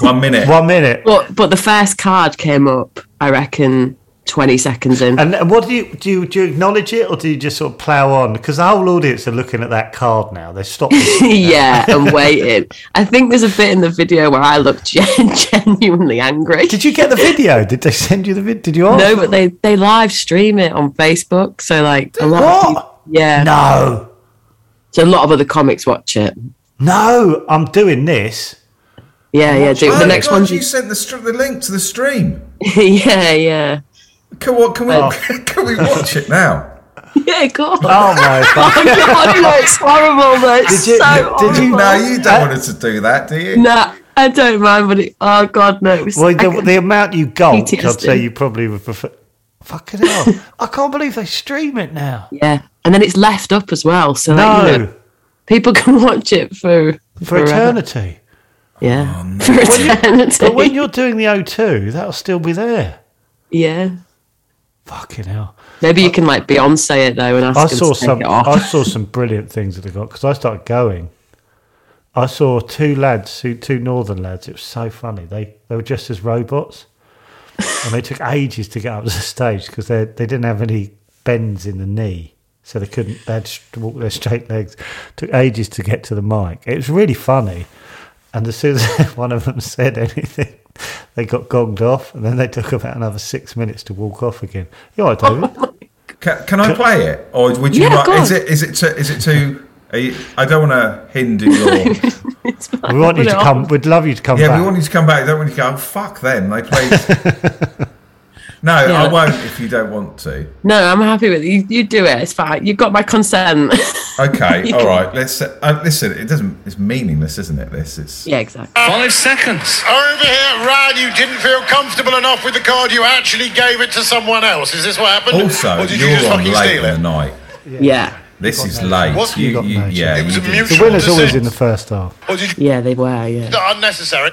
S3: One minute.
S4: one minute.
S6: but but the first card came up. I reckon twenty seconds in.
S4: And then what do you do? You, do you acknowledge it, or do you just sort of plough on? Because the whole audience are looking at that card now. They stop.
S6: yeah, and waiting. I think there's a bit in the video where I looked gen- genuinely angry.
S4: Did you get the video? Did they send you the video? Did you ask?
S6: No, but they they live stream it on Facebook, so like a lot. Of
S4: What?
S6: people, yeah,
S4: No,
S6: so a lot of other comics watch it.
S4: no. I'm doing this.
S6: Yeah, yeah. Do,
S3: Oh,
S6: the next
S3: God,
S6: one's
S3: you sent the, str- the link to the stream.
S6: yeah, yeah,
S3: Can, what, can we
S6: Oh.
S3: can we watch it now?
S6: yeah. God,
S4: Oh my God.
S6: God, no, it's horrible. though. It's
S4: Did you-
S6: so
S4: did you- Uh,
S6: horrible.
S3: No, you don't want us to do that, do you?
S6: No, I don't mind, but it, oh god, no. It was,
S4: Well,
S6: I
S4: the,
S6: could-
S4: the amount you gulped, I'd
S6: PTSD.
S4: say you probably would prefer. Fucking hell! I can't believe they stream it now.
S6: yeah, and then it's left up as well, so
S4: No,
S6: like, you know, people can watch it for
S4: for
S6: forever.
S4: eternity.
S6: Yeah,
S8: Oh,
S6: for eternity.
S4: But when you're doing the O2, that'll still be there.
S6: yeah,
S4: Fucking hell!
S6: maybe you can like Beyonce it though, and ask
S4: I
S6: her to
S4: saw
S6: take
S4: some.
S6: it off.
S4: I saw some brilliant things that they got because I started going. I saw two lads, two, two northern lads. It was so funny. They they were dressed as robots, and they took ages to get up to the stage because they they didn't have any bends in the knee, so they couldn't. They had to walk their straight legs. Took ages to get to the mic. It was really funny, and as soon as one of them said anything. They got gonged off, and then they took about another six minutes to walk off again. You all right, David?
S3: Can, can I play it, or would you?
S6: Yeah,
S3: like,
S6: go
S3: is
S6: on.
S3: it is it too, is it too? Are you, I don't want to hinder your.
S4: We want you to
S6: Put it on.
S4: come. We'd love you to come
S3: yeah,
S4: back.
S3: we want you to come back. Don't want you to go. Oh, fuck them. They played. no, I
S6: Yeah.
S3: won't if you don't want to.
S6: No, I'm happy with it. You, you do it. It's fine. You've got my consent.
S3: Okay,
S6: You
S3: all
S6: can-
S3: right. Let's uh, listen. It doesn't. It's meaningless, isn't it? This is.
S6: yeah, exactly.
S11: Five seconds.
S9: Over here, Ryan, you didn't feel comfortable enough with the card. You actually gave it to someone else. Is this what happened?
S3: Also,
S9: or did
S3: you're
S9: you just
S3: on
S9: fucking
S3: late in
S9: steal
S3: the
S9: it?
S3: night.
S6: Yeah.
S3: This is late.
S9: What?
S3: You,
S4: You got
S3: you-
S4: no
S3: yeah,
S9: It was
S3: you
S9: a
S3: did.
S9: mutual
S4: The winner's always
S9: decision.
S4: in the first half.
S9: Or did you
S6: Yeah, they were. Yeah.
S9: unnecessary?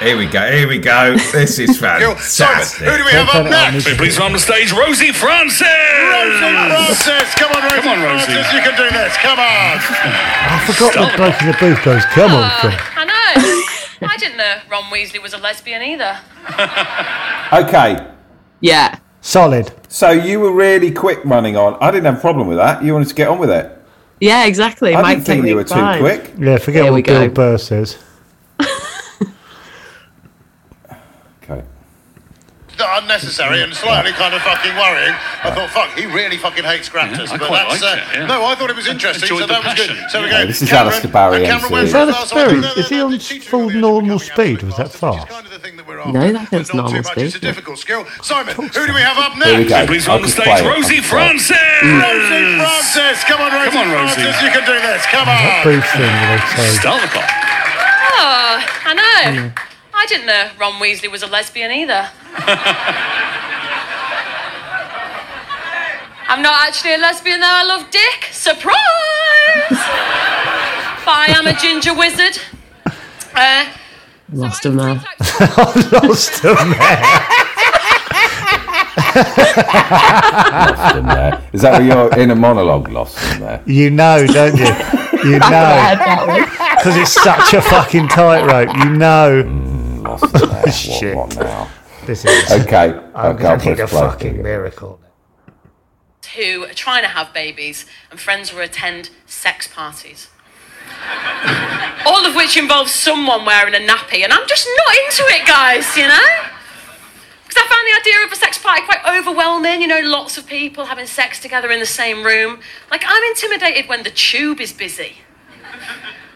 S3: Here we go. Here we go. This is
S11: Yo, Simon,
S3: fantastic.
S11: who do we have up next? Please on the stage, Rosie Francis. Rosie Francis, come on, Rosie, come on, Rosie. Francis, you can do this. Come on.
S4: I forgot the bloke in the booth goes, come on, Phil.
S10: I know. I didn't know Ron Weasley was a lesbian either.
S8: Okay.
S6: Yeah.
S4: Solid.
S8: So you were really quick running on. I didn't have a problem with that. You wanted to get on with it.
S6: Yeah, exactly.
S8: I
S6: Mike
S8: didn't think you were
S6: technique
S8: too
S6: five.
S8: quick.
S4: Yeah, forget
S6: There we
S4: what Bill
S6: go.
S4: Burr says.
S8: Okay.
S11: Not unnecessary and slightly kind of fucking worrying. I thought, fuck, he really fucking hates Graptus.
S8: I
S11: but
S8: quite
S11: that's
S8: liked
S11: uh,
S8: it, yeah.
S11: no, I thought it was interesting, so that was good. So we
S8: Yeah,
S11: go.
S8: this is
S11: Cameron,
S8: Alistair Barry
S11: and Cameron
S8: MC.
S11: went
S4: Is
S11: for the
S4: Alex
S11: last one.
S4: Berry? Is he on full normal speed? Was that fast?
S6: No, that is normal speed.
S11: Difficult skill. Simon, who do we have up next?
S6: Here we go.
S11: Please
S6: I'll
S11: on the
S6: just
S11: stage,
S6: play it.
S11: Rosie
S6: I'll just play it.
S11: Francis. Rosie Francis, come on, Rosie.
S6: Come on, Rosie.
S11: Francis, you can do this. Come on.
S4: That booth thing where they say,
S10: Oh, I know.
S4: Yeah.
S10: I didn't know Ron Weasley was a lesbian either. I'm not actually a lesbian though, I love dick. Surprise! Bye, I'm a ginger wizard. Uh,
S6: Lost him there.
S4: I lost him
S8: Lost in there. Is that where your inner monologue lost in there?
S4: You know, don't you? You know. Because it's such a fucking tightrope. You know.
S8: Lost in there.
S4: Shit.
S8: What, what now?
S4: This is.
S8: Okay.
S4: I'm
S8: okay. I'll
S4: going
S8: press
S4: to need a
S8: play.
S4: fucking miracle.
S10: who are trying to have babies and friends who attend sex parties. All of which involves someone wearing a nappy, and I'm just not into it, guys, you know? Because I found the idea of a sex party quite overwhelming, you know, lots of people having sex together in the same room. Like, I'm intimidated when the tube is busy.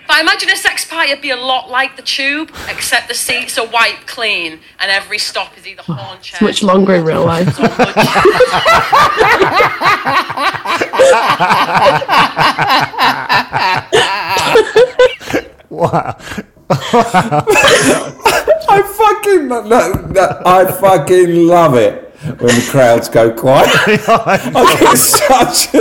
S10: But I imagine a sex party would be a lot like the tube, except the seats are wiped clean, and every stop is either haunch
S6: It's much longer in real life.
S4: Wow.
S8: I fucking lo- no, no, I fucking love it when the crowds go quiet. I get such a.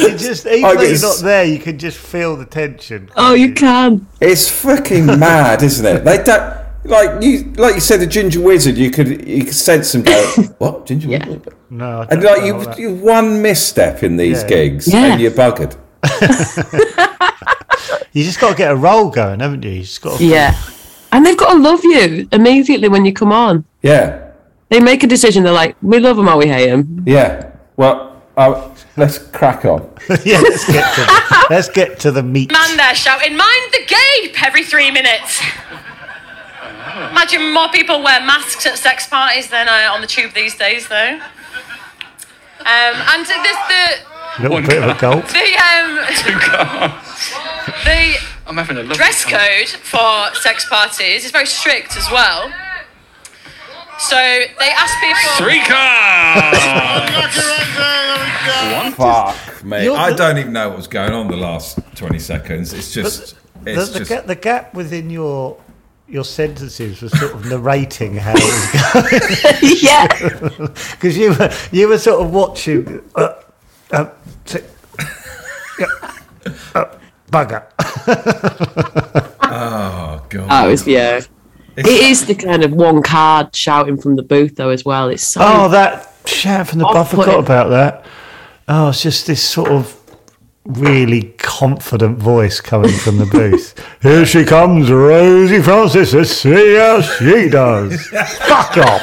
S4: You just, even
S8: I
S4: though you're
S8: guess-
S4: not there, you can just feel the tension.
S6: Oh, you can.
S8: It's fucking mad, isn't it? They don't. Like you, like you said, the ginger wizard. You could, you could sense them go. What ginger wizard?
S4: No, I
S8: And
S4: don't
S8: like
S4: know
S8: you,
S4: that.
S8: you one misstep in these
S4: Yeah.
S8: gigs,
S6: Yeah.
S8: and you're buggered.
S4: You just got to get a roll going, haven't you? You just got to
S6: Yeah. And they've got to love you immediately when you come on.
S8: Yeah,
S6: They make a decision. They're like, we love him or we hate him.
S8: yeah. Well, uh, let's crack on.
S4: yeah, let's get to the, let's get to the meat.
S10: man there shouting, mind the gape every three minutes. Imagine more people wear masks at sex parties than uh, on the tube these days, though. Um, and this, the,
S4: Little bit of a gulp.
S10: the, um, the
S12: I'm having a look.
S10: dress code for sex parties is very strict as well. So they ask people.
S11: Three
S3: Fuck me.
S4: You're
S3: I
S4: the-
S3: don't even know what was going on the last 20 seconds. It's just.
S4: The,
S3: It's
S4: the,
S3: just.
S4: ga- the gap within your your sentences was sort of narrating how it
S6: yeah.
S4: was because you were you were sort of watching. Uh, um, t- yeah, uh, bugger.
S3: Oh, God.
S4: Uh,
S6: Oh, it's, yeah. It is the kind of one card shouting from the booth, though, as well. It's so.
S4: Oh, that shout from the buff. I forgot
S6: Off-putting.
S4: about that. Oh, it's just this sort of really confident voice coming from the booth. Here she comes, Rosie Francis. Let's see how she does. fuck off.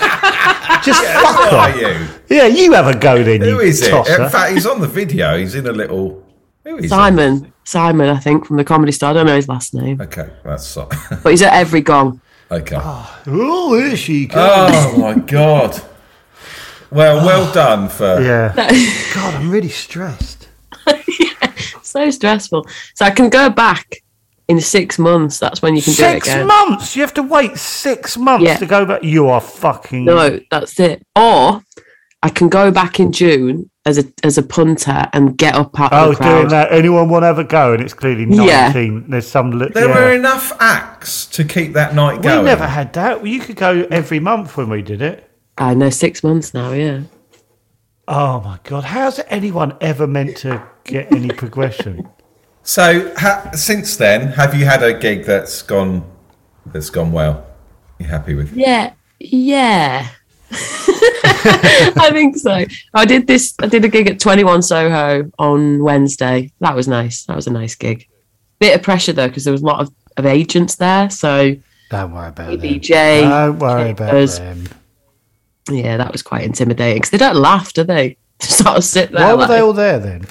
S4: Just fuck
S3: Who
S4: off.
S3: are you?
S4: Yeah, you have a go then,
S3: Who
S4: you
S3: is it?
S4: tosser.
S3: In fact, he's on the video. He's in a little. Who is
S6: Simon. Simon, I think, from the comedy store. I don't know his last name.
S3: it? Okay, that's. So-
S6: But he's at every gong.
S3: okay.
S4: Oh, here she comes.
S3: Oh, my God. Well, well done for.
S4: Yeah.
S7: God, I'm really stressed.
S6: So stressful. So I can go back in six months. That's when you can do it
S4: Six
S6: again.
S4: months. You have to wait six months
S6: Yeah.
S4: to go back. You are fucking.
S6: No, that's it. Or I can go back in June as a as a punter and get up out of
S4: Oh,
S6: the crowd.
S4: doing that. Anyone want to have a go? And it's clearly
S6: Yeah.
S4: 19. There's some. li-
S3: There
S4: yeah.
S3: were enough acts to keep that night
S4: We
S3: going.
S4: never had that. You could go every month when we did it.
S6: I know six months now. Yeah,
S4: Oh my god! How's anyone ever meant to get any progression?
S3: So ha- since then, have you had a gig that's gone that's gone well? You're happy with?
S6: Yeah, yeah. I think so. I did this. I did a gig at Twenty One Soho on Wednesday. That was nice. That was a nice gig. Bit of pressure though, because there was a lot of, of agents there. So
S4: don't worry about
S6: BBJ,
S4: them. Don't worry about
S6: Kippers.
S4: them.
S6: yeah, that was quite intimidating. Because they don't laugh, do they? They sort of sit there.
S4: Why were
S6: like-
S4: they all there then?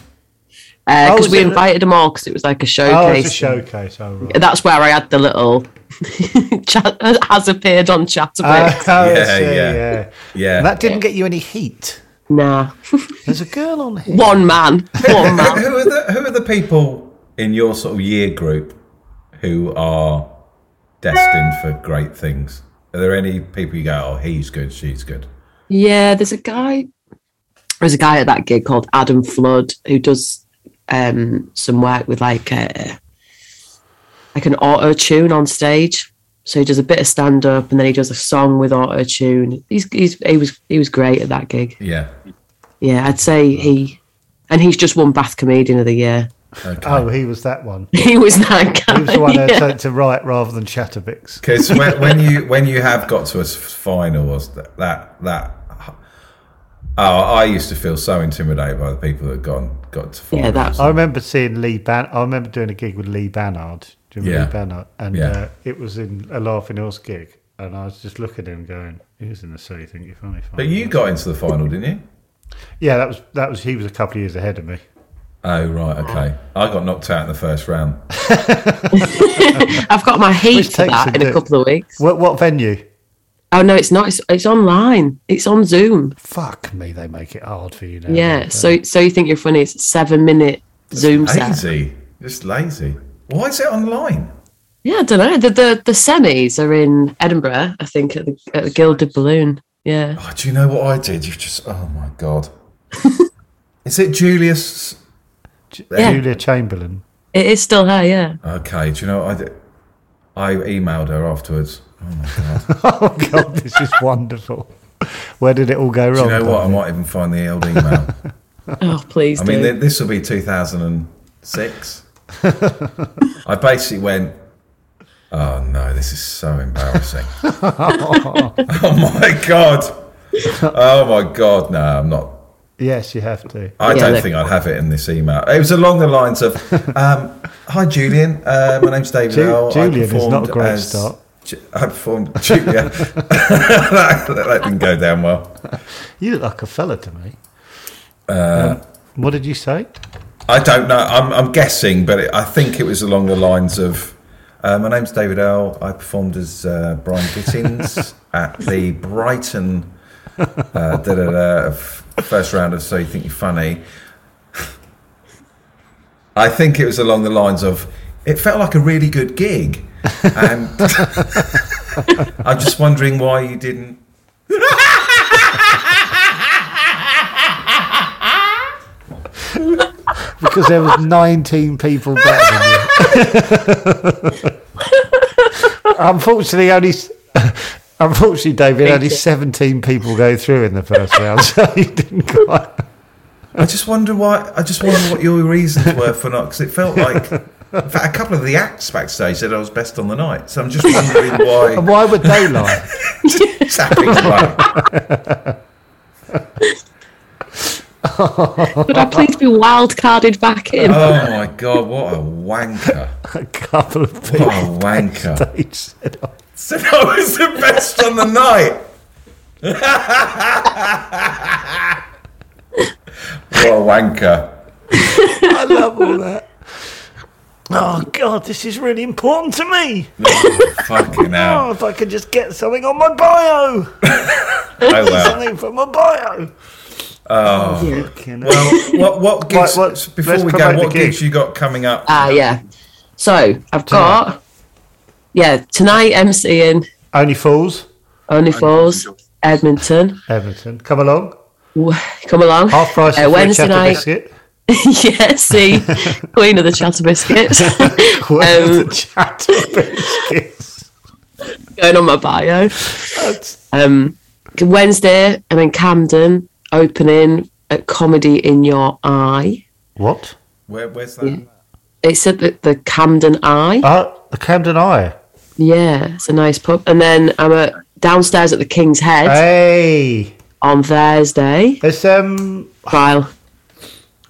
S4: Oh,
S6: because
S4: was
S6: we
S4: it-
S6: invited them all because it was like a showcase.
S4: Oh, it's a showcase. Oh, right.
S6: That's where I had the little chat has appeared on Chatterbox.
S4: Oh, I see, yeah.
S3: Yeah.
S4: And that didn't get you any heat.
S6: Nah.
S4: There's a girl on here.
S6: One man. One man.
S3: who are the who are the people in your sort of year group who are destined for great things? Are there any people you go, oh, he's good, she's good?
S6: Yeah, there's a guy. There's a guy at that gig called Adam Flood who does um, some work with like uh, like an auto tune on stage. So he does a bit of stand up and then he does a song with auto tune. He's, he's he was he was great at that gig.
S3: Yeah.
S6: Yeah, I'd say he, and he's just won Bath Comedian of the Year.
S4: Oh, he was that one.
S6: He was that guy.
S4: He was the one
S6: yeah.
S4: who turned to right rather than Chatterbix.
S3: Because when, when you when you have got to a s- final, was that that that. Oh, I used to feel so intimidated by the people that gone got to finals.
S4: I remember seeing Lee Ban. I remember doing a gig with Lee Bannard. Do you remember
S3: Yeah.
S4: Lee Bannard? And
S3: Yeah.
S4: uh, it was in a Laughing Horse gig, and I was just looking at him going, "He was in the sea. Think you're funny?"
S3: But you got into the final, didn't you?
S4: Yeah, that was that was. He was a couple of years ahead of me.
S3: Oh right, okay. I got knocked out in the first round.
S6: I've got my heat
S4: Which
S6: for
S4: takes
S6: that
S4: a
S6: in a
S4: bit-
S6: couple of weeks.
S4: What what venue?
S6: Oh no, it's not. It's, it's online. It's on Zoom.
S4: Fuck me, they make it hard for you now.
S6: Yeah. So so you think you're funny? It's a seven minute Zoom set.
S3: Lazy, just lazy. Why is it online?
S6: Yeah, I don't know. The, the the semis are in Edinburgh, I think, at the, at the Gilded Balloon. Yeah.
S3: Oh, do you know what I did? You just oh my god. is it Julius?
S6: Yeah.
S4: Julia Chamberlain.
S6: It is still her. Yeah.
S3: Okay. Do you know what I did? I emailed her afterwards. Oh my god.
S4: Oh god, this is wonderful. Where did it all go
S3: do
S4: wrong?
S3: you know what? I
S4: Dominic?
S3: might even find the old email.
S6: Oh please
S3: I
S6: do.
S3: mean, th- this will be 2006. I basically went, oh no, this is so embarrassing. oh my God. Oh my God. No, I'm not.
S4: Yes, you have to.
S3: I
S6: Yeah,
S3: don't
S6: look-
S3: think I'd have it in this email. It was along the lines of, um, "Hi Julian, uh, my name's David.
S4: Ju-
S3: L. I
S4: Julian is
S3: performed
S4: not a great
S3: as-
S4: start.
S3: Ju- I performed Julia. that, that didn't go down well.
S4: You look like a fella to me. Um,
S3: Uh,
S4: What did you say?
S3: I don't know. I'm, I'm guessing, but it, I think it was along the lines of uh, My name's David L. I performed as uh, Brian Gittins at the Brighton uh, da, da, da, f- first round of So You Think You're Funny. I think it was along the lines of It felt like a really good gig. And I'm just wondering why you didn't.
S4: Because there was 19 people better than you. unfortunately, only s- unfortunately, David, only 17 people go through in the first round, so you didn't quite.
S3: I just wonder why. I just wonder what your reasons were for not. Because it felt like, in fact, a couple of the acts backstage said I was best on the night. So I'm just wondering
S4: And
S3: why
S4: why would they lie?
S3: exactly. Like,
S6: Could I please be wild carded back in?
S3: oh my god, what a wanker!
S4: A couple of
S3: What
S4: people
S3: a wanker!
S4: they said, oh,
S3: Said I was the best on the night. what a wanker!
S4: I love all that. Oh, God, this is really important to me.
S3: Fucking
S4: Oh,
S3: hell!
S4: if I could just get something on my bio.
S3: Oh well.
S4: Something from my bio.
S3: Oh.
S4: Fucking hell.
S3: Well, what what gigs?
S4: Right, what-
S3: before
S4: let's
S3: we go,
S4: promote the
S3: what gigs
S4: gig.
S3: you got coming up?
S6: Ah yeah. So I've got yeah tonight MC in
S4: Only Fools,
S6: Only Falls Edmonton.
S4: Everton. Come along.
S6: W- Come along.
S4: Half price
S6: Uh,
S4: for a
S6: Wednesday
S4: cheddar
S6: night.
S4: biscuit.
S6: yeah, see, Queen of the Chatter Biscuits.
S4: Where's
S6: Um,
S4: the chatter biscuits?
S6: going on my bio.
S4: That's-
S6: Um, Wednesday, I'm in Camden, opening at Comedy in Your Eye.
S4: What?
S3: Where, where's that?
S6: It said that the Camden Eye.
S4: Uh, the Camden Eye.
S6: Yeah, it's a nice pub. And then I'm at downstairs at the King's Head.
S4: Hey.
S6: On Thursday.
S4: It's um
S6: trial.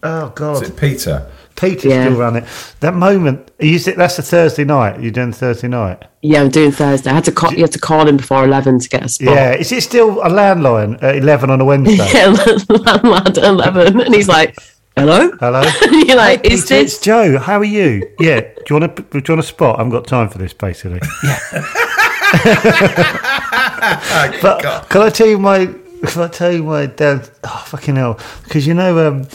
S4: Oh God.
S3: Is it Peter?
S4: Peter
S6: Yeah.
S4: still ran it. That moment, you said that's a Thursday night. You're doing Thursday night.
S6: Yeah, I'm doing Thursday. I had to call, you had to call in before eleven to get a spot.
S4: Yeah. Is it still a landline at eleven on a Wednesday?
S6: Yeah, landlord at eleven, and he's like, "Hello,
S4: hello."
S6: and you're like,
S4: Hey,
S6: "Is
S4: Peter,
S6: this?"
S4: It's Joe. How are you? Yeah. Do you want to? Do you want a spot? I've got time for this, basically. Yeah. but can I tell you my? Can I tell you my dad? Oh fucking hell! Because you know, um,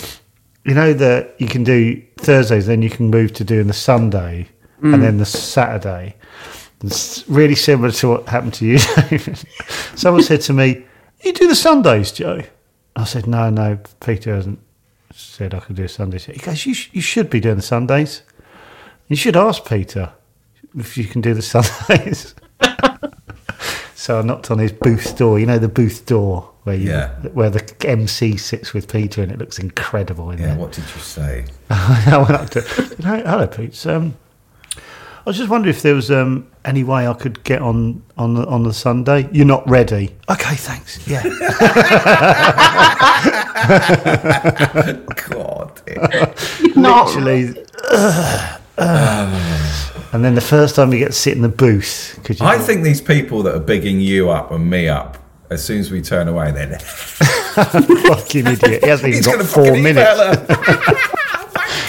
S4: you know that you can do Thursdays, then you can move to doing the Sunday
S12: Mm.
S4: and then the Saturday. It's really similar to what happened to you. David. Someone said to me, "You do the Sundays, Joe." I said, "No, no, Peter hasn't said I could do Sundays." He goes, "You sh- you should be doing the Sundays. You should ask Peter if you can do the Sundays." so I knocked on his booth door. You know the booth door where you,
S3: Yeah.
S4: where the MC sits with Peter, and it looks incredible in
S3: Yeah,
S4: there.
S3: what did you say?
S4: I went up to hello, hello Pete. So, um, I was just wondering if there was um, any way I could get on on the, on the Sunday. You're not ready. Okay, thanks. Yeah.
S3: God.
S6: not
S4: Literally. Um, and then the first time you get to sit in the booth because
S3: I think these people that are bigging you up and me up, as soon as we turn away, then
S4: fucking idiot. He hasn't even
S3: He's
S4: got
S3: gonna
S4: four
S3: fucking
S4: minutes.
S3: email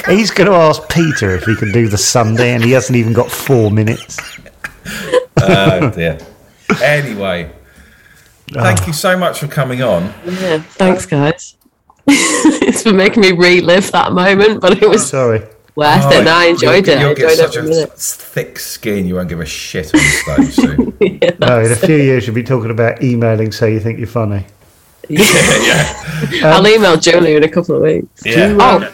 S3: her.
S4: He's going to ask Peter if he can do the Sunday, and he hasn't even got four minutes.
S3: oh dear. Anyway, thank you so much for coming on.
S6: Yeah, thanks, guys. it's for making me relive that moment, but it was
S4: sorry
S6: worth it. And
S3: Oh,
S6: I
S3: you'll
S6: enjoyed
S3: get-
S6: it. I
S3: You'll get
S6: enjoyed
S3: such
S6: every
S3: a
S6: minute.
S3: s- thick skin, you won't give a shit on stage soon.
S4: No, in a few years you'll be talking about emailing, say you think you're funny.
S6: I'll email Julie in a couple of weeks.
S4: Yeah.
S6: Oh,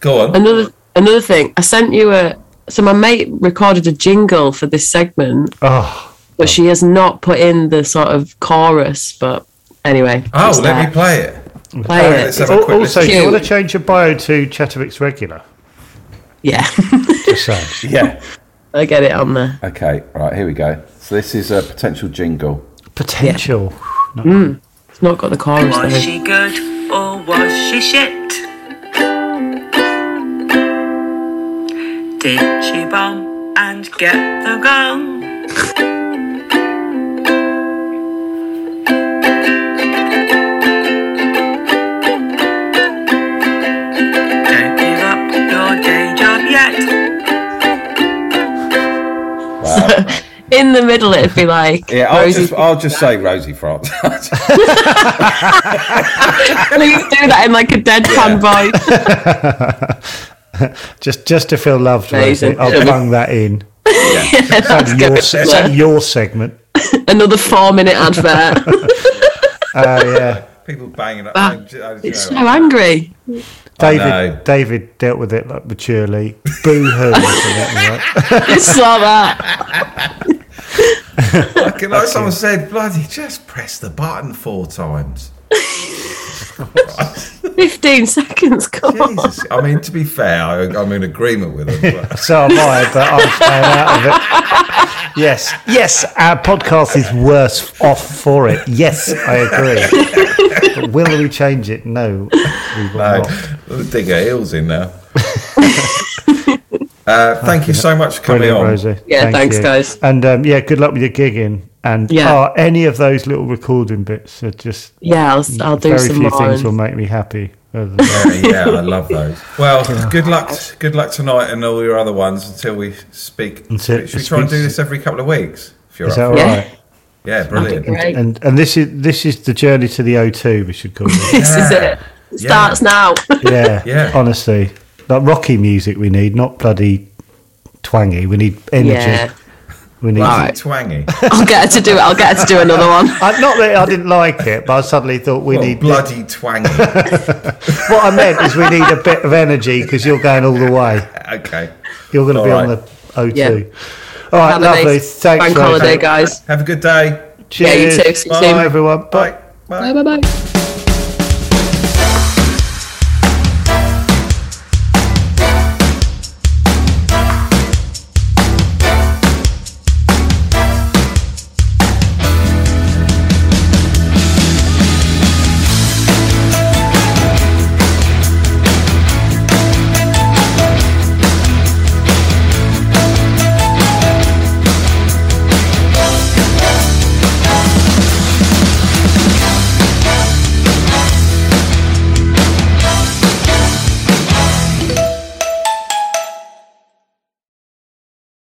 S3: go on.
S6: Another another thing. I sent you a. So my mate recorded a jingle for this segment,
S4: oh.
S6: but she has not put in the sort of chorus. But anyway.
S3: Oh,
S6: it's
S3: let
S6: there.
S3: me play it.
S6: Play
S4: Al-
S6: it.
S4: Al-
S6: Let's have a quick
S4: also,
S6: listen.
S4: do you
S6: Cute.
S4: want to change your bio to Chatterix regular?
S6: Yeah.
S4: Just saying.
S3: Yeah.
S6: I get it on there.
S3: Okay, right, here we go. So this is a potential jingle.
S4: Potential.
S6: Mm. It's not got the chorus
S5: Was
S6: though.
S5: she good or was she shit? Did she bomb and get the gong? Don't give up your day job yet.
S6: In the middle, it'd be like.
S3: Yeah, I'll
S6: Rosie-
S3: just, I'll just say Rosie France.
S6: Please do that in like a deadpan voice.
S4: just just to feel loved,
S6: Amazing.
S4: Rosie, I'll
S6: Yeah.
S4: bung that in.
S6: Yeah,
S4: It's
S6: that's
S4: on your,
S6: good.
S4: se- it's on your segment.
S6: Another four minute advert.
S4: Oh, yeah.
S3: People banging up.
S6: Ah,
S3: I- I-
S6: it's so angry.
S3: know.
S4: David David dealt with it like maturely. Boo hoo.
S6: It's like that.
S3: Fucking like someone said, bloody, just press the button four times.
S6: 15 seconds. Come on.
S3: Jesus. I mean, to be fair, I, I'm in agreement with them. but-
S4: so am I, but I'm staying out of it. Yes, yes, our podcast is worse off for it. Yes, I agree. But will we change it? No, we will
S3: No,
S4: not.
S3: we'll dig our heels in now. uh, thank you so much for coming
S4: Brilliant,
S3: on.
S4: Rosie.
S6: Yeah,
S4: Thank
S6: thanks,
S4: you.
S6: guys.
S4: And um, yeah, good luck with your gigging. And
S6: Yeah.
S4: yeah. any of those little recording bits are just
S6: Yeah, I'll, I'll do
S4: very
S6: some
S4: few
S6: more.
S4: things
S6: and-
S4: will make me happy. other than
S3: Yeah,
S4: that.
S3: yeah, I love those. Well, good luck, good luck tonight and all your other ones until we speak.
S4: Until-
S3: Should we try and do
S4: speak-
S3: this every couple of weeks? If you're
S4: Is that
S3: up
S4: all
S3: for it.
S4: right?
S3: Yeah, brilliant.
S6: Great.
S4: And and this is this is the journey to the O2. We should call it.
S6: This is it. It Starts now.
S4: yeah,
S3: Yeah.
S4: Honestly, like rocky music we need, not bloody twangy. We need energy.
S6: Yeah.
S4: We need.
S3: Bloody twangy.
S6: I'll get her to do it. I'll get her to do another one.
S4: I, not that I didn't like it, but I suddenly thought we
S3: Well,
S4: need.
S3: bloody twangy.
S4: What I meant is we need a bit of energy because you're going all the way.
S3: okay.
S4: You're going to
S3: All
S4: be
S3: right.
S4: on the O2.
S6: Yeah.
S4: All right,
S6: Have a
S4: lovely.
S6: nice
S4: Thanks,
S6: bank
S4: Rosie.
S6: holiday, guys.
S3: Have a good day.
S6: Yeah, you
S4: Cheers.
S6: too. See
S4: Bye,
S6: you soon.
S4: everyone. Bye.
S3: Bye.
S6: Bye bye bye.